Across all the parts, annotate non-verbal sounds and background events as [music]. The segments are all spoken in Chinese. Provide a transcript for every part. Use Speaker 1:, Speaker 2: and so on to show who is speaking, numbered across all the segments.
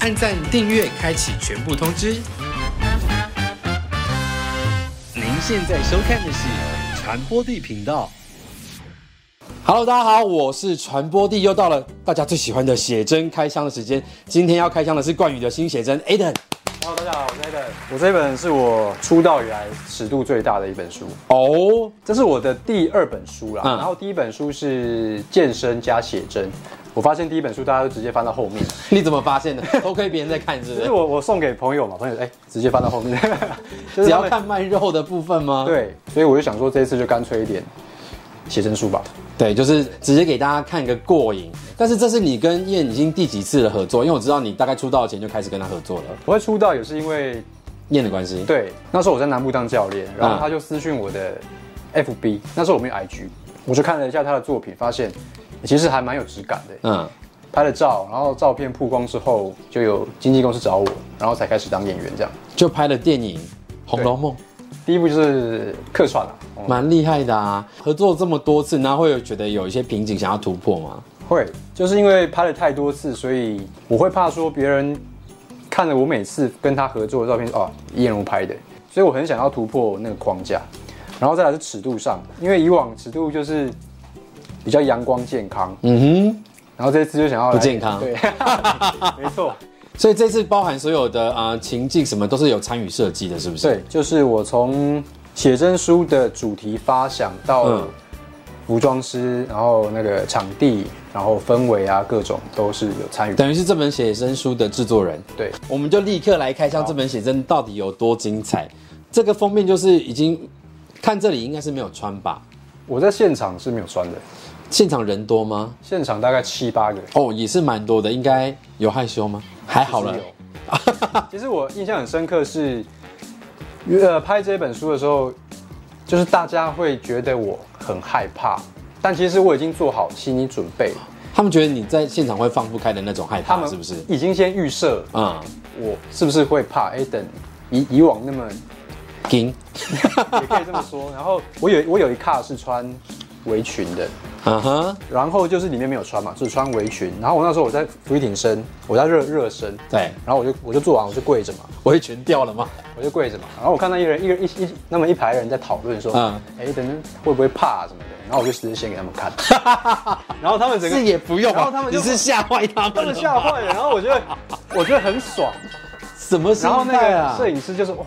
Speaker 1: 按赞、订阅、开启全部通知。您现在收看的是传播地频道。Hello，大家好，我是传播地，又到了大家最喜欢的写真开箱的时间。今天要开箱的是冠宇的新写真 Aden。
Speaker 2: Hello，大家好，我是 Adam。我这本是我出道以来尺度最大的一本书，
Speaker 1: 哦，
Speaker 2: 这是我的第二本书啦。
Speaker 1: 嗯
Speaker 2: 然后第一本书是健身加写真，我发现第一本书大家都直接翻到后面，
Speaker 1: 你怎么发
Speaker 2: [laughs]
Speaker 1: 现的？偷窥别人在看是不
Speaker 2: 就是
Speaker 1: 是？
Speaker 2: 我我送给朋友嘛，朋友哎、直接翻到后 [laughs] 面，
Speaker 1: 只
Speaker 2: 就是他
Speaker 1: 要
Speaker 2: 们
Speaker 1: 看卖肉的部分吗？
Speaker 2: 对，所以我就想说这一次就干脆一点写真书吧。
Speaker 1: 对，就是直接给大家看个过瘾。但是这是你跟燕已经第几次的合作？因为我知道你大概出道前就开始跟他合作了，
Speaker 2: 我会出道也是因为
Speaker 1: 燕的关系。
Speaker 2: 对，那时候我在南部当教练，然后
Speaker 1: 嗯
Speaker 2: 他就私讯我的 FB，那时候我没有 IG，我就看了一下他的作品，发现其实还蛮有质感的。
Speaker 1: 嗯，
Speaker 2: 拍了照，然后照片曝光之后，就有经纪公司找我，然后才开始当演员这样。
Speaker 1: 就拍了电影《红楼梦》，
Speaker 2: 第一部就是客串啊，嗯
Speaker 1: 蛮厉害的啊。合作这么多次，那会有觉得有一些瓶颈想要突破吗？
Speaker 2: 会就是因为拍了太多次，所以我会怕说别人看了我每次跟他合作的照片哦，燕如拍的，所以我很想要突破那个框架，然后再来是尺度上，因为以往尺度就是比较阳光健康，
Speaker 1: 嗯哼。
Speaker 2: 然后这次就想要来
Speaker 1: 不健康
Speaker 2: 对，没错。
Speaker 1: 所以这次包含所有的啊、呃情境什么都是有参与设计的，是不是？
Speaker 2: 对，就是我从写真书的主题发想到
Speaker 1: 嗯
Speaker 2: 服装师，然后那个场地，然后氛围啊，各种都是有参与。
Speaker 1: 等于是这本写真书的制作人。
Speaker 2: 对，
Speaker 1: 我们就立刻来开箱这本写真到底有多精彩。这个封面就是已经看这里应该是没有穿吧？
Speaker 2: 我在现场是没有穿的，
Speaker 1: 现场人多吗？
Speaker 2: 现场大概七八个。
Speaker 1: 哦，也是蛮多的，应该有害羞吗？还好了
Speaker 2: 其实，有其实我印象很深刻是，呃，拍这本书的时候，就是大家会觉得我很害怕，但其实我已经做好心理准备了。
Speaker 1: 他们觉得你在现场会放不开的那种害
Speaker 2: 他
Speaker 1: 怕，
Speaker 2: 们
Speaker 1: 是不是？
Speaker 2: 已经先预设
Speaker 1: 啊、
Speaker 2: 我是不是会怕？哎，等以以往那么
Speaker 1: 嗯，金，
Speaker 2: [laughs] 也可以这么说。然后我有我有一卡是穿围裙的，
Speaker 1: 啊哈，
Speaker 2: 然后就是里面没有穿嘛，只穿围裙。然后我那时候我在俯挺身，我在热热身，
Speaker 1: 对，
Speaker 2: 然后我就我就做完我就跪着嘛，
Speaker 1: 围裙掉了吗？
Speaker 2: 我就跪着嘛。然后我看到一人一人一一那么一排人在讨论说，
Speaker 1: 嗯
Speaker 2: 嗯，哎，等等会不会怕、什么的。然后我就直接先给他们
Speaker 1: [laughs]
Speaker 2: 看，然后他们整个
Speaker 1: 是也不用
Speaker 2: 然后
Speaker 1: 啊
Speaker 2: 他，们
Speaker 1: 你
Speaker 2: 就是
Speaker 1: 吓坏他
Speaker 2: 他
Speaker 1: 们了
Speaker 2: [laughs] 们
Speaker 1: 吗，
Speaker 2: 吓坏了，然后我觉得我觉得很爽。
Speaker 1: 什么心
Speaker 2: 然后那
Speaker 1: 态啊
Speaker 2: 个？摄影师就是哇，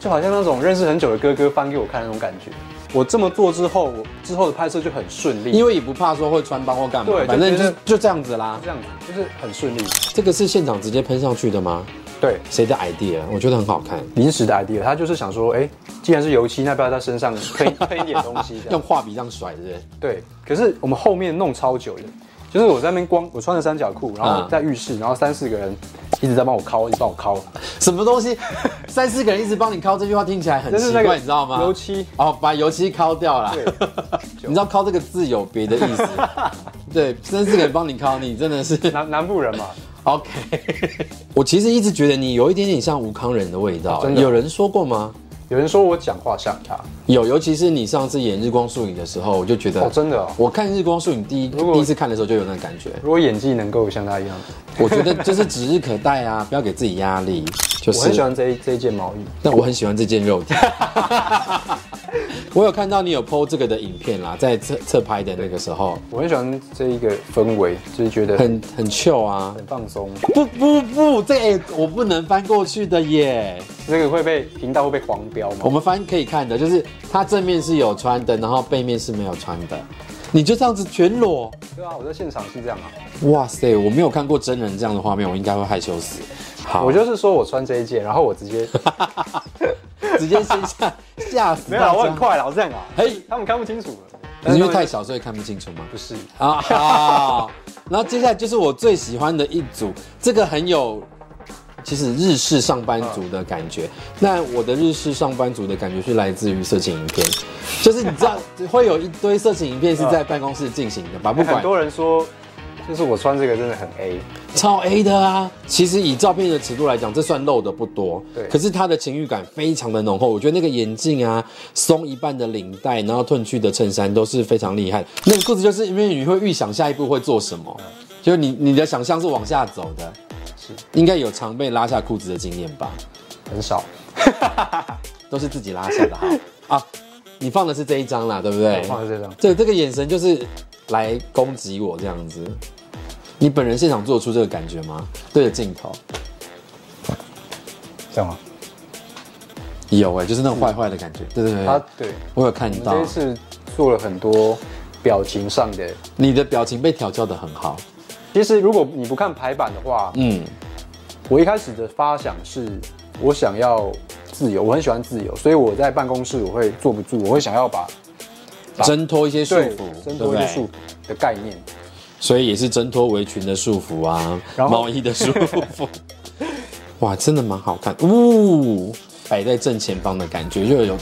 Speaker 2: 就好像那种认识很久的哥哥翻给我看那种感觉。我这么做之后，我之后的拍摄就很顺利，
Speaker 1: 因为也不怕说会穿帮或干嘛，
Speaker 2: 对就
Speaker 1: 反正
Speaker 2: 觉
Speaker 1: 就
Speaker 2: 得
Speaker 1: 就这样子啦。
Speaker 2: 这样子就是很顺利。
Speaker 1: 这个是现场直接喷上去的吗？
Speaker 2: 对，
Speaker 1: 谁的 idea？我觉得很好看，
Speaker 2: 临时的 idea，他就是想说，哎、既然是油漆，那不要
Speaker 1: [laughs]
Speaker 2: 在身上喷喷一点东西这
Speaker 1: 用
Speaker 2: 样。
Speaker 1: 画笔这样甩，是不是？
Speaker 2: 对，可是我们后面弄超久的，就是我在那边光我穿着三角裤，然后
Speaker 1: 嗯
Speaker 2: 在浴室，然后三四个人一直在帮我敲，一直帮我敲，
Speaker 1: 什么东西？
Speaker 2: [laughs]
Speaker 1: 三四个人一直帮你敲，这句话听起来很
Speaker 2: 就
Speaker 1: 奇
Speaker 2: 是
Speaker 1: 怪，
Speaker 2: 那个
Speaker 1: 你知道吗？
Speaker 2: 油漆
Speaker 1: 哦，把油漆敲掉了
Speaker 2: 对。 [laughs]
Speaker 1: 你知道“敲”这个字有别的意思？对，三四个人帮你敲，你真的是
Speaker 2: 南南部人嘛，
Speaker 1: OK。我其实一直觉得你有一点点像吴康仁的味道，
Speaker 2: 哦真的
Speaker 1: 有人说过吗？
Speaker 2: 有人说我讲话像他，
Speaker 1: 有，尤其是你上次演《日光树影》的时候，我就觉得
Speaker 2: 哦，真的哦。
Speaker 1: 我看《日光树影》第一
Speaker 2: 如果
Speaker 1: 第一次看的时候就有那个感
Speaker 2: [laughs]
Speaker 1: 觉。
Speaker 2: 如果演技能够像他一样，
Speaker 1: 我觉得就是指日可待啊，不要给自己压力。就
Speaker 2: 我很喜
Speaker 1: 是，
Speaker 2: 欢这一这一件毛衣。
Speaker 1: 但我很喜欢这件
Speaker 2: [laughs]
Speaker 1: 肉体。我有看到你有 PO 这个的影片啦，在侧侧拍的那个时候，
Speaker 2: 我很喜欢这一个氛围，就是觉得很
Speaker 1: 很很 chill 啊。
Speaker 2: 很
Speaker 1: [laughs]
Speaker 2: 放松。
Speaker 1: 不不不，这哎、我不能翻过去的耶。
Speaker 2: 这个会被频道会被黄标吗
Speaker 1: 我？们翻可以看的，就是它正面是有穿的，然后背面是没有穿的。你就这样子全裸，
Speaker 2: 对啊，我在现场是这样啊。
Speaker 1: 哇塞！我没有看过真人这样的画面，我应该会害羞死。好，
Speaker 2: 我就是说我穿这一件，然后我
Speaker 1: [laughs]
Speaker 2: 直接
Speaker 1: 直接先吓吓死
Speaker 2: 没有啦，啊
Speaker 1: 大
Speaker 2: 我很
Speaker 1: 家。
Speaker 2: 快啦，我这样啊。
Speaker 1: 嘿
Speaker 2: 嘿，他们看不清楚了。
Speaker 1: 你是因为太
Speaker 2: 但是他们
Speaker 1: 小所以看不清楚吗？
Speaker 2: 不是，
Speaker 1: 啊好，然后接下来就是我最喜欢的一组，这个很有，其实日式上班族的感觉。那我的日式上班族的感觉是来自于色情影片，就是你知道会有一堆色情影片是在办公室进行的吧？不
Speaker 2: 哎很
Speaker 1: 管
Speaker 2: 多人说，就是我穿这个真的很 A。
Speaker 1: 超 A 的啊，其实以照片的尺度来讲，这算露的不多，
Speaker 2: 对
Speaker 1: 可是他的情欲感非常的浓厚，我觉得那个眼镜啊，松一半的领带，然后褪去的衬衫都是非常厉害。那个故事就是因为你会预想下一步会做什么，就是你你的想象是往下走的。
Speaker 2: 是
Speaker 1: 应该有常被拉下裤子的经验吧？
Speaker 2: 很少。
Speaker 1: 都是自己拉下的
Speaker 2: [laughs]
Speaker 1: 哈。啊，你放的是这一张啦，对不对
Speaker 2: 我？放在这张，
Speaker 1: 这这个眼神就是来攻击我这样子。你本人现场做出这个感觉吗？对着镜头，
Speaker 2: 这样吗？
Speaker 1: 有哎、就是那种坏坏的感觉。对对对，
Speaker 2: 他对
Speaker 1: 我有看
Speaker 2: 我们
Speaker 1: 到
Speaker 2: 这一次做了很多表情上的。
Speaker 1: 你的表情被调教的很好。
Speaker 2: 其实如果你不看排版的话，
Speaker 1: 嗯，
Speaker 2: 我一开始的发想是，我想要自由，我很喜欢自由，所以我在办公室我会坐不住，我会想要把
Speaker 1: 挣脱一些束
Speaker 2: 对
Speaker 1: 缚，对
Speaker 2: 挣
Speaker 1: 不
Speaker 2: 脱一
Speaker 1: 对
Speaker 2: 些束缚的概念。
Speaker 1: 所以也是挣脱围裙的束缚啊，
Speaker 2: 然后
Speaker 1: 毛衣的束
Speaker 2: [laughs]
Speaker 1: 缚。哇，真的蛮好看，呜、摆在正前方的感觉，又有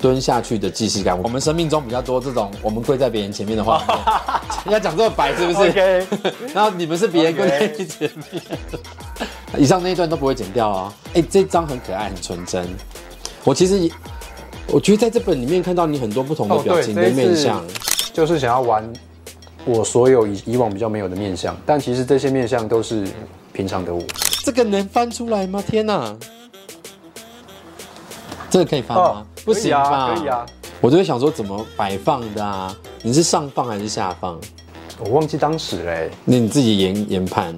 Speaker 1: 蹲下去的既视感。我们生命中比较多这种，我们跪在别人前面的话，
Speaker 2: [laughs]
Speaker 1: 要讲这么白是不是
Speaker 2: OK
Speaker 1: [laughs] 然后你们是别人跪在你前面的。以上那一段都不会剪掉哦。哎、这张很可爱，很纯真。我其实也，我觉得在这本里面看到你很多不同的
Speaker 2: 哦
Speaker 1: 表
Speaker 2: 对
Speaker 1: 情
Speaker 2: 这
Speaker 1: 的
Speaker 2: 一次
Speaker 1: 面相。
Speaker 2: 就是想要玩我所有以以往比较没有的面相，但其实这些面相都是平常的我。
Speaker 1: 这个能翻出来吗？天哪、这个可以翻吗？
Speaker 2: 哦
Speaker 1: 不行吧？
Speaker 2: 可以啊可以啊
Speaker 1: 我就会想说怎么摆放的啊？你是上放还是下放？
Speaker 2: 我忘记当时嘞、
Speaker 1: 那你自己研研判。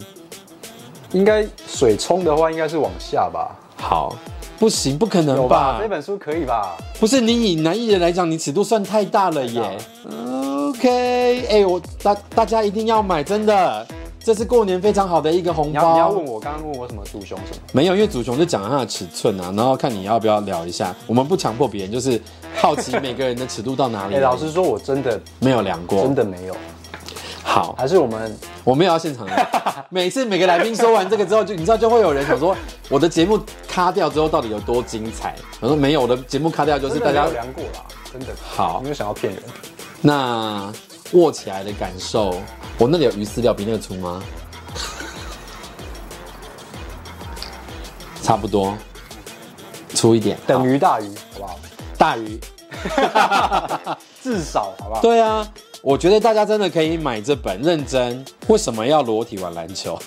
Speaker 2: 应该水冲的话应该是往下吧？
Speaker 1: 好，不行，不可能
Speaker 2: 有吧？
Speaker 1: 吧
Speaker 2: 这？本书可以吧？
Speaker 1: 不是你以男艺人来讲，你尺度算太大了耶
Speaker 2: 太大了。
Speaker 1: OK，哎、我大大家一定要买，真的，这是过年非常好的一个红
Speaker 2: 你要
Speaker 1: 包。
Speaker 2: 你要问我刚刚问我什么祖雄什么？
Speaker 1: 没有，因为祖雄就讲了他的尺寸啊，然后看你要不要聊一下。我们不强迫别人，就是好奇每个人的尺度到哪里
Speaker 2: [laughs] 哎、
Speaker 1: 而已。
Speaker 2: 老实说，我真的
Speaker 1: 没有量过，
Speaker 2: 真的没有，
Speaker 1: 好，
Speaker 2: 还是我们
Speaker 1: 我们也要现场量。每次每个来宾说完这个之后，就你知道就会有人想说，我的节目卡掉之后到底有多精彩？我说没有，我的节目卡掉就是
Speaker 2: 真
Speaker 1: 大
Speaker 2: 的没
Speaker 1: 家
Speaker 2: 有量过啦，真的。
Speaker 1: 好
Speaker 2: 没有想要骗人，
Speaker 1: 那握起来的感受。我那里有鱼饲料比那个粗吗？ [laughs] 差不多，粗一点，
Speaker 2: 等
Speaker 1: 于
Speaker 2: 于大于，好不好？
Speaker 1: 大鱼。
Speaker 2: 至少，好不好？
Speaker 1: 对啊，我觉得大家真的可以买这本，认真。为什么要裸体玩篮球？ [laughs]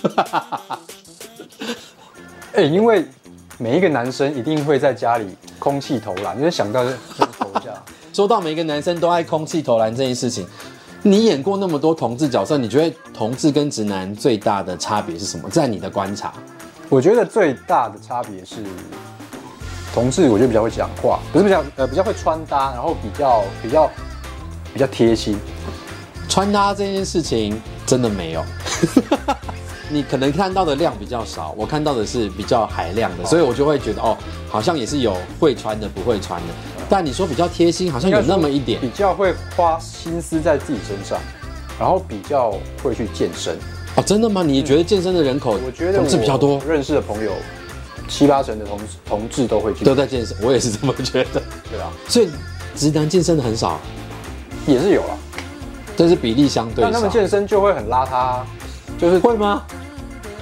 Speaker 2: 哎、因为每一个男生一定会在家里空气投篮，因为想到就就投一下。
Speaker 1: 说到每个男生都爱空气投篮这件事情，你演过那么多同志角色，你觉得同志跟直男最大的差别是什么？在你的观察，
Speaker 2: 我觉得最大的差别是，同志我觉得比较会讲话，不是比较呃比较会穿搭，然后比较比较比较贴心。
Speaker 1: 穿搭这件事情真的没有。 [laughs] 你可能看到的量比较少，我看到的是比较海量的，所以我就会觉得哦，好像也是有会穿的，不会穿的。但你说比较贴心，好像有那么一点
Speaker 2: 比较会花心思在自己身上，然后比较会去健身。
Speaker 1: 哦，真的吗？你觉得健身的人口，
Speaker 2: 我觉得
Speaker 1: 同志比较多
Speaker 2: 我，认识的朋友七八成的同同志都会去，
Speaker 1: 都在健身，我也是这么觉得。
Speaker 2: 对啊，
Speaker 1: 所以直男健身的很少，
Speaker 2: 也是有啊。
Speaker 1: 但是比例相对
Speaker 2: 但他们
Speaker 1: 少。
Speaker 2: 健身就会很邋遢啊，就是
Speaker 1: 会吗？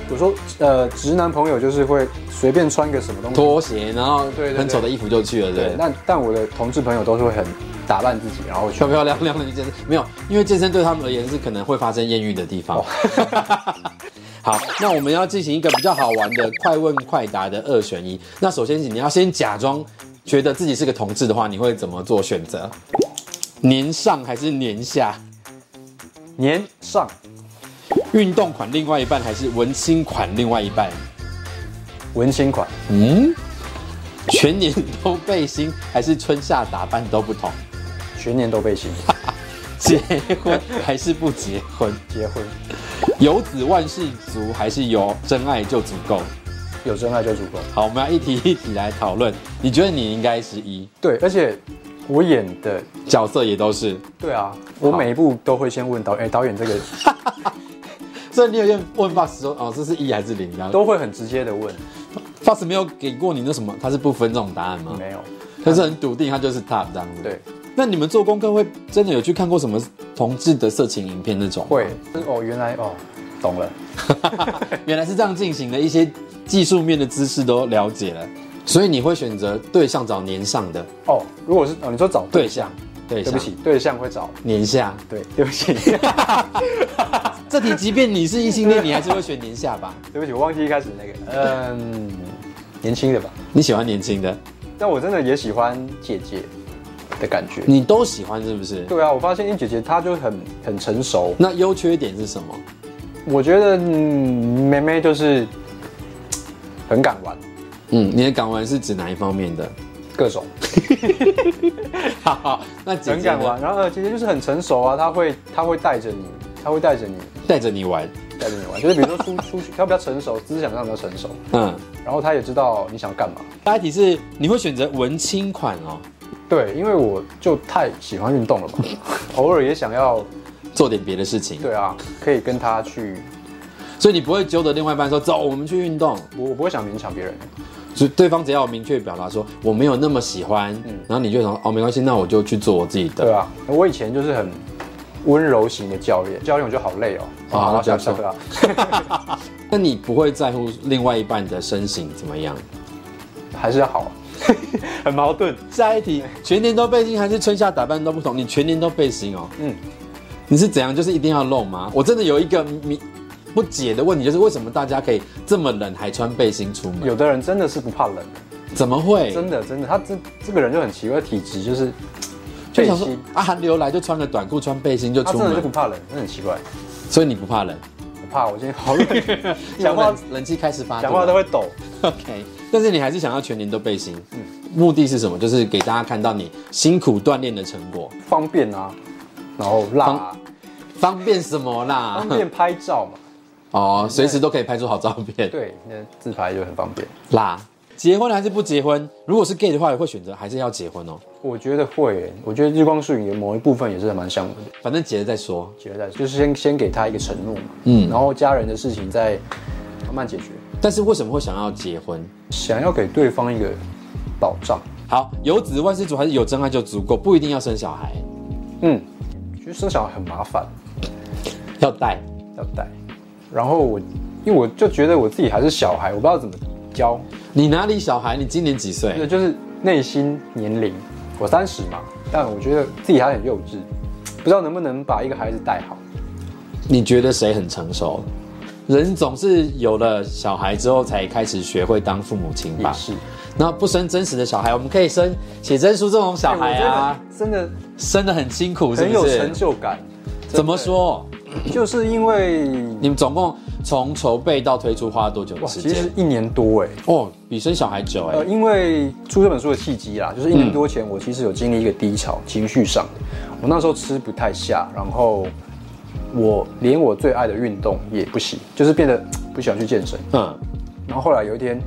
Speaker 2: 我说呃，直男朋友就是会随便穿个什么东西。
Speaker 1: 拖鞋，然后
Speaker 2: 对对对
Speaker 1: 很丑的衣服就去了，对
Speaker 2: 对，
Speaker 1: 不对。
Speaker 2: 那但我的同志朋友都是会很打扮自己，然后去
Speaker 1: 漂漂亮亮的去健身，没有，因为健身对他们而言是可能会发生艳遇的地方。
Speaker 2: 哦
Speaker 1: [laughs] 好，那我们要进行一个比较好玩的快问快答的二选一。那首先你要先假装觉得自己是个同志的话，你会怎么做选择？年上还是年下？
Speaker 2: 年上
Speaker 1: 运动款另外一半还是文青款另外一半？
Speaker 2: 文青款，
Speaker 1: 嗯，全年都背心还是春夏打扮都不同？
Speaker 2: 全年都背心，
Speaker 1: 结婚还是不结婚？
Speaker 2: 结婚
Speaker 1: 有子万事足还是有真爱就足够？
Speaker 2: 有真爱就足够。
Speaker 1: 好，我们要一题一题来讨论。你觉得你应该是一
Speaker 2: 对，而且我演的，
Speaker 1: 角色也都是，
Speaker 2: 对啊，我每一部都会先问导，哎、导演这个
Speaker 1: 所以你有问问 Fox 说哦，这是一还是零？然后
Speaker 2: 都会很直接的问，
Speaker 1: Fox 没有给过你那什么，他是不分这种答案吗？
Speaker 2: 没有，
Speaker 1: 他是很笃定，他就是 top 这样子。，
Speaker 2: 对，
Speaker 1: 那你们做功课会真的有去看过什么同志的色情影片那种吗？
Speaker 2: 会，哦，原来哦，懂了，
Speaker 1: [laughs] 原来是这样进行的，一些技术面的知识都了解了，所以你会选择对象找年上的
Speaker 2: 哦，如果是哦，你说找
Speaker 1: 对象，对
Speaker 2: 对不起，对象会找，
Speaker 1: 年下。
Speaker 2: 对，对不 [laughs] 起，
Speaker 1: 这题即便你是异
Speaker 2: [laughs]
Speaker 1: 性恋，你还是会选年下吧？
Speaker 2: 对不起，我忘记一开始那个，嗯，年轻的吧，
Speaker 1: 你喜欢年轻的，
Speaker 2: 但我真的也喜欢姐姐的感觉。
Speaker 1: 你都喜欢是不是？
Speaker 2: 对啊，我发现英姐姐她就很很成熟，
Speaker 1: 那优缺点是什么？
Speaker 2: 我觉得、嗯、妹妹就是嘖很敢玩，
Speaker 1: 嗯，你的港文是指哪一方面的？
Speaker 2: 各种
Speaker 1: 好好，那姐姐
Speaker 2: 很敢
Speaker 1: 呢
Speaker 2: 玩。然后呃姐姐就是很成熟啊，她会她会带着你，她会带着你
Speaker 1: 带着你玩。
Speaker 2: 带着你玩，就是比如说出 [laughs] 出去，她比较成熟，思想上比较成熟，
Speaker 1: 嗯，
Speaker 2: 然后她也知道你想干嘛。
Speaker 1: 下一题是你会选择文青款哦，
Speaker 2: 对，因为我就太喜欢运
Speaker 1: [laughs]
Speaker 2: 动了嘛，偶尔也想要，
Speaker 1: 做点别的事情。
Speaker 2: 对啊，可以跟她去，
Speaker 1: 所以你不会揪着另外一半说走，我们去运动。
Speaker 2: 我我不会想勉强别人。
Speaker 1: 就对方只要有明确表达说我没有那么喜欢，
Speaker 2: 嗯
Speaker 1: 然后你就想哦没关系，那我就去做我自己
Speaker 2: 对
Speaker 1: 的。
Speaker 2: 啊，我以前就是很温柔型的教练，教练我就好累哦。
Speaker 1: 啊
Speaker 2: 好
Speaker 1: 那教
Speaker 2: 下下
Speaker 1: 授
Speaker 2: 课啊。
Speaker 1: 那你不会在乎另外一半的身形怎么样？
Speaker 2: 还是要好啊， [laughs] 很矛盾。
Speaker 1: 下一 [laughs] 题，全年都背心还是春夏打扮都不同？你全年都背心哦，
Speaker 2: 嗯，
Speaker 1: 你是怎样？就是一定要露吗？我真的有一个迷不解的问题，就是为什么大家可以这么冷还穿背心出门？
Speaker 2: 有的人真的是不怕冷，
Speaker 1: 怎么会？
Speaker 2: 真的真的，他这这个人就很奇怪，体质就是
Speaker 1: 就
Speaker 2: 背
Speaker 1: 想说
Speaker 2: 心，
Speaker 1: 啊，寒流来就穿个短裤、穿背心就
Speaker 2: 他
Speaker 1: 出
Speaker 2: 真的是不
Speaker 1: 门，
Speaker 2: 怕冷，真的很奇怪。
Speaker 1: 所以你不怕冷？
Speaker 2: 我怕，我今天
Speaker 1: [laughs]
Speaker 2: 好冷，讲
Speaker 1: 因为
Speaker 2: 话
Speaker 1: 冷冷气开始发，
Speaker 2: 讲话都
Speaker 1: 会
Speaker 2: 会抖。
Speaker 1: OK。但是你还是想要全年都背心，目的是什么？就是给大家看到你辛苦锻炼的成果，
Speaker 2: 方便啊，然后辣啊，
Speaker 1: 方便什么啦
Speaker 2: 方？便拍照
Speaker 1: [laughs]
Speaker 2: 嘛。
Speaker 1: 哦，随时都可以拍出好照片。
Speaker 2: 对，那自拍就很方便。
Speaker 1: 啦，结婚还是不结婚？如果是 gay 的话，也会选择还是要结婚哦。
Speaker 2: 我觉得会耶，我觉得日光树影的某一部分也是蛮像我的。
Speaker 1: 反正结了再说。
Speaker 2: 觉得就是先先给他一个承诺嘛，嗯，
Speaker 1: 嗯
Speaker 2: 然后家人的事情再慢慢解决，
Speaker 1: 但是为什么会想要结婚？
Speaker 2: 想要给对方一个保障。
Speaker 1: 好，有子万事足，还是有真爱就足够，不一定要生小孩，
Speaker 2: 嗯，其实生小孩很麻烦，
Speaker 1: 要带。
Speaker 2: 要带。然后我，因为我就觉得我自己还是小孩，我不知道怎么教。
Speaker 1: 你哪里小孩？你今年几
Speaker 2: 那
Speaker 1: 岁？
Speaker 2: 就是内心年龄，我三十嘛，但我觉得自己还很幼稚，不知道能不能把一个孩子带好。
Speaker 1: 你觉得谁很成熟？人总是有了小孩之后才开始学会当父母亲
Speaker 2: 也
Speaker 1: 吧。
Speaker 2: 是，
Speaker 1: 那不生真实的小孩，我们可以生写真书这种小孩啊，
Speaker 2: 哎我真的
Speaker 1: 生的很辛苦，是
Speaker 2: 真的很
Speaker 1: 不
Speaker 2: 有
Speaker 1: 是
Speaker 2: 成？就感。
Speaker 1: 怎么说？
Speaker 2: 就是因为
Speaker 1: 你们总共从筹备到推出花了多久的
Speaker 2: 哇，
Speaker 1: 时
Speaker 2: 其实
Speaker 1: 间？
Speaker 2: 一年多哎，
Speaker 1: 哦，比生小孩久哎、
Speaker 2: 呃，因为出这本书的契机啦，就是一年多前，我其实有经历一个低潮，情绪上的。我那时候吃不太下，然后我连我最爱的运动也不行，就是变得不喜欢去健身。
Speaker 1: 嗯，
Speaker 2: 然后后来有一天，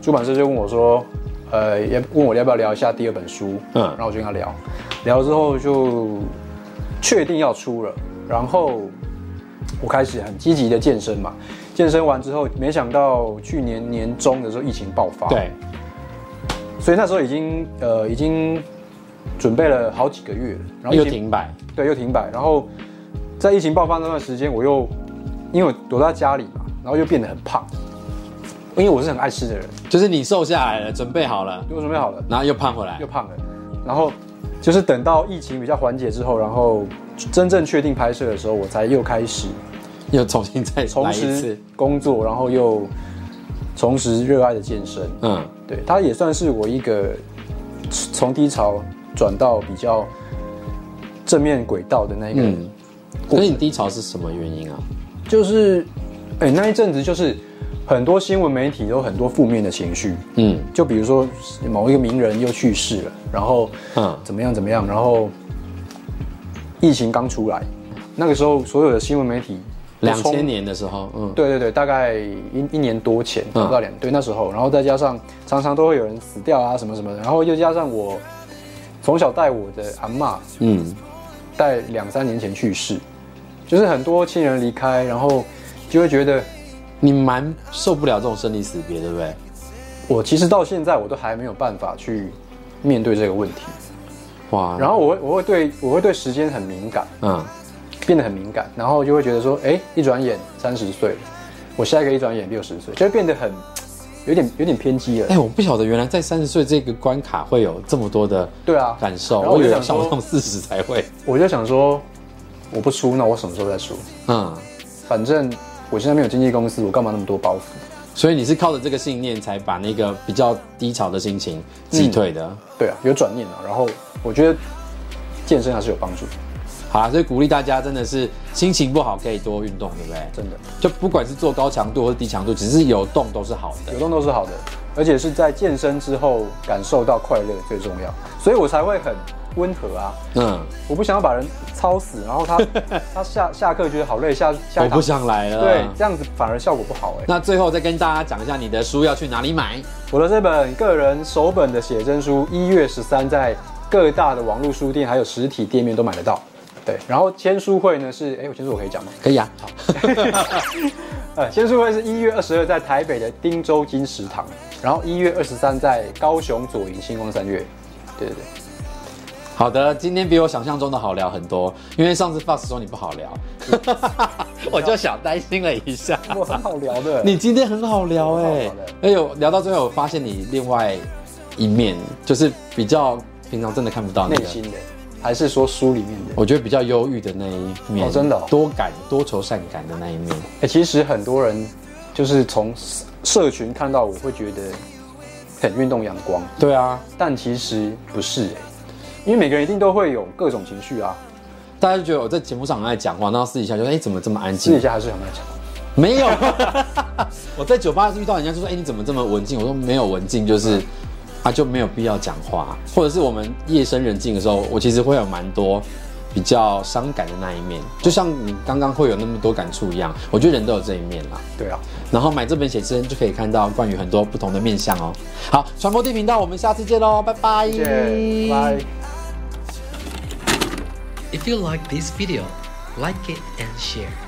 Speaker 2: 出版社就问我说，呃，也问我要不要聊一下第二本书。
Speaker 1: 嗯，
Speaker 2: 嗯然后我就跟他聊，聊之后就确定要出了，然后我开始很积极的健身嘛。健身完之后，没想到去年年中的时候疫情爆发，
Speaker 1: 对，
Speaker 2: 所以那时候已经呃已经准备了好几个月了，然后疫
Speaker 1: 又
Speaker 2: 情
Speaker 1: 停摆，
Speaker 2: 对又停摆，然后在疫情爆发那段时间，我又因为我躲在家里嘛，然后又变得很胖，因为我是很爱吃的人，
Speaker 1: 就是你瘦下来了，准备好了，
Speaker 2: 我准备好了
Speaker 1: 然后又胖回来
Speaker 2: 嗯又。胖了，然后就是等到疫情比较缓解之后，然后真正确定拍摄的时候，我才又开始
Speaker 1: 又重新再
Speaker 2: 重
Speaker 1: 来一
Speaker 2: 拾
Speaker 1: 次。
Speaker 2: 工作，然后又重拾热爱的健身，
Speaker 1: 嗯，
Speaker 2: 对，它也算是我一个从低潮转到比较正面轨道的那一个，
Speaker 1: 嗯所以你低潮是什么原因啊？
Speaker 2: 就是哎、那一阵子就是很多新闻媒体有很多负面的情绪，
Speaker 1: 嗯
Speaker 2: 就比如说某一个名人又去世了，然后
Speaker 1: 嗯，
Speaker 2: 怎么样怎么样，然后疫情刚出来，那个时候所有的新闻媒体都
Speaker 1: 两
Speaker 2: 冲
Speaker 1: 千年的时候，嗯，
Speaker 2: 对对对，大概一一年多前，
Speaker 1: 嗯
Speaker 2: 不到两对那时候，然后再加上常常都会有人死掉啊什么什么的，然后又加上我从小带我的阿嬷，
Speaker 1: 嗯，
Speaker 2: 带两三年前去世，就是很多亲人离开，然后就会觉得
Speaker 1: 你蛮受不了这种生离死别，对不对？
Speaker 2: 我其实到现在我都还没有办法去面对这个问题，
Speaker 1: 哇，
Speaker 2: 然后我会我会对我会对时间很敏感，
Speaker 1: 嗯，
Speaker 2: 变得很敏感，然后就会觉得说，哎，一转眼三十岁了，我下一个一转眼六十岁，就会变得很有点有点偏激了
Speaker 1: 哎、。我不晓得原来在三十岁这个关卡会有这么多的
Speaker 2: 对啊，
Speaker 1: 感受，
Speaker 2: 然后
Speaker 1: 我
Speaker 2: 我
Speaker 1: 以
Speaker 2: 就
Speaker 1: 为
Speaker 2: 想
Speaker 1: 像我这种
Speaker 2: 说，
Speaker 1: 四十才会。
Speaker 2: 我就想说，我不输，那我什么时候再输？
Speaker 1: 嗯，
Speaker 2: 反正我现在没有经纪公司，我干嘛那么多包袱？
Speaker 1: 所以你是靠着这个信念才把那个比较低潮的心情击退的。
Speaker 2: 对啊，有转念啊。然后我觉得健身还是有帮助，
Speaker 1: 好啊啦，所以鼓励大家真的是心情不好可以多运动，对不对？
Speaker 2: 真的，
Speaker 1: 就不管是做高强度或是低强度，只是有动都是好的。
Speaker 2: 有动都是好的，而且是在健身之后感受到快乐最重要，所以我才会很温和啊。
Speaker 1: 嗯，
Speaker 2: 我不想要把人操死，然
Speaker 1: [laughs]
Speaker 2: 后他他下下课觉得好累，下下
Speaker 1: 我
Speaker 2: 一
Speaker 1: 不
Speaker 2: 堂
Speaker 1: 想啊来了。
Speaker 2: 对，这样子反而效果不好哎、
Speaker 1: 那最后再跟大家讲一下你的书要去哪里买。
Speaker 2: 我的这本个人首本的写真书，一月十三在各大的网络书店还有实体店面都买得到。对，然后签书会呢是，哎，我签书我可以讲吗？
Speaker 1: 可以啊，
Speaker 2: 呃，签书会是一月二十二在台北的汀州金石堂，然后一月二十三在高雄左营星光三月。对对对，
Speaker 1: 好的，今天比我想象中的好聊很多，因为上次 Fox 说你不好
Speaker 2: [laughs]
Speaker 1: 聊，我就小担心了一下。
Speaker 2: 我很好聊
Speaker 1: [laughs]
Speaker 2: 的。
Speaker 1: 你今天很好聊哎、
Speaker 2: 很好聊
Speaker 1: 哎呦，聊到最后我发现你另外一面，就是比较平常真的看不到那
Speaker 2: 内
Speaker 1: 个，
Speaker 2: 心的，还是说书里面的？
Speaker 1: 我觉得比较忧郁的那一面，
Speaker 2: 哦真的哦
Speaker 1: 多感多愁善感的那一面。
Speaker 2: 哎、其实很多人就是从社社群看到我，会觉得很运动阳光，
Speaker 1: 对啊，
Speaker 2: 但其实不是哎、因为每个人一定都会有各种情绪啊，
Speaker 1: 大家就觉得我在节目上很爱讲话，然后私底下就说哎、怎么这么安
Speaker 2: 私底
Speaker 1: 静？
Speaker 2: 下还是很爱讲。
Speaker 1: 没有， [laughs] 我在酒吧遇到人家就说哎、你怎么这么文静？我说没有文静就是。啊，就没有必要讲话，或者是我们夜深人静的时候，我其实会有蛮多比较伤感的那一面，就像你刚刚会有那么多感触一样，我觉得人都有这一面啦。
Speaker 2: 对啊，
Speaker 1: 然后买这本写真就可以看到关于很多不同的面相哦。好，传播地频道，我们下次见喽，拜拜，
Speaker 2: 谢
Speaker 1: 嗯
Speaker 2: 谢，拜拜。
Speaker 3: If you like this video, like it and share.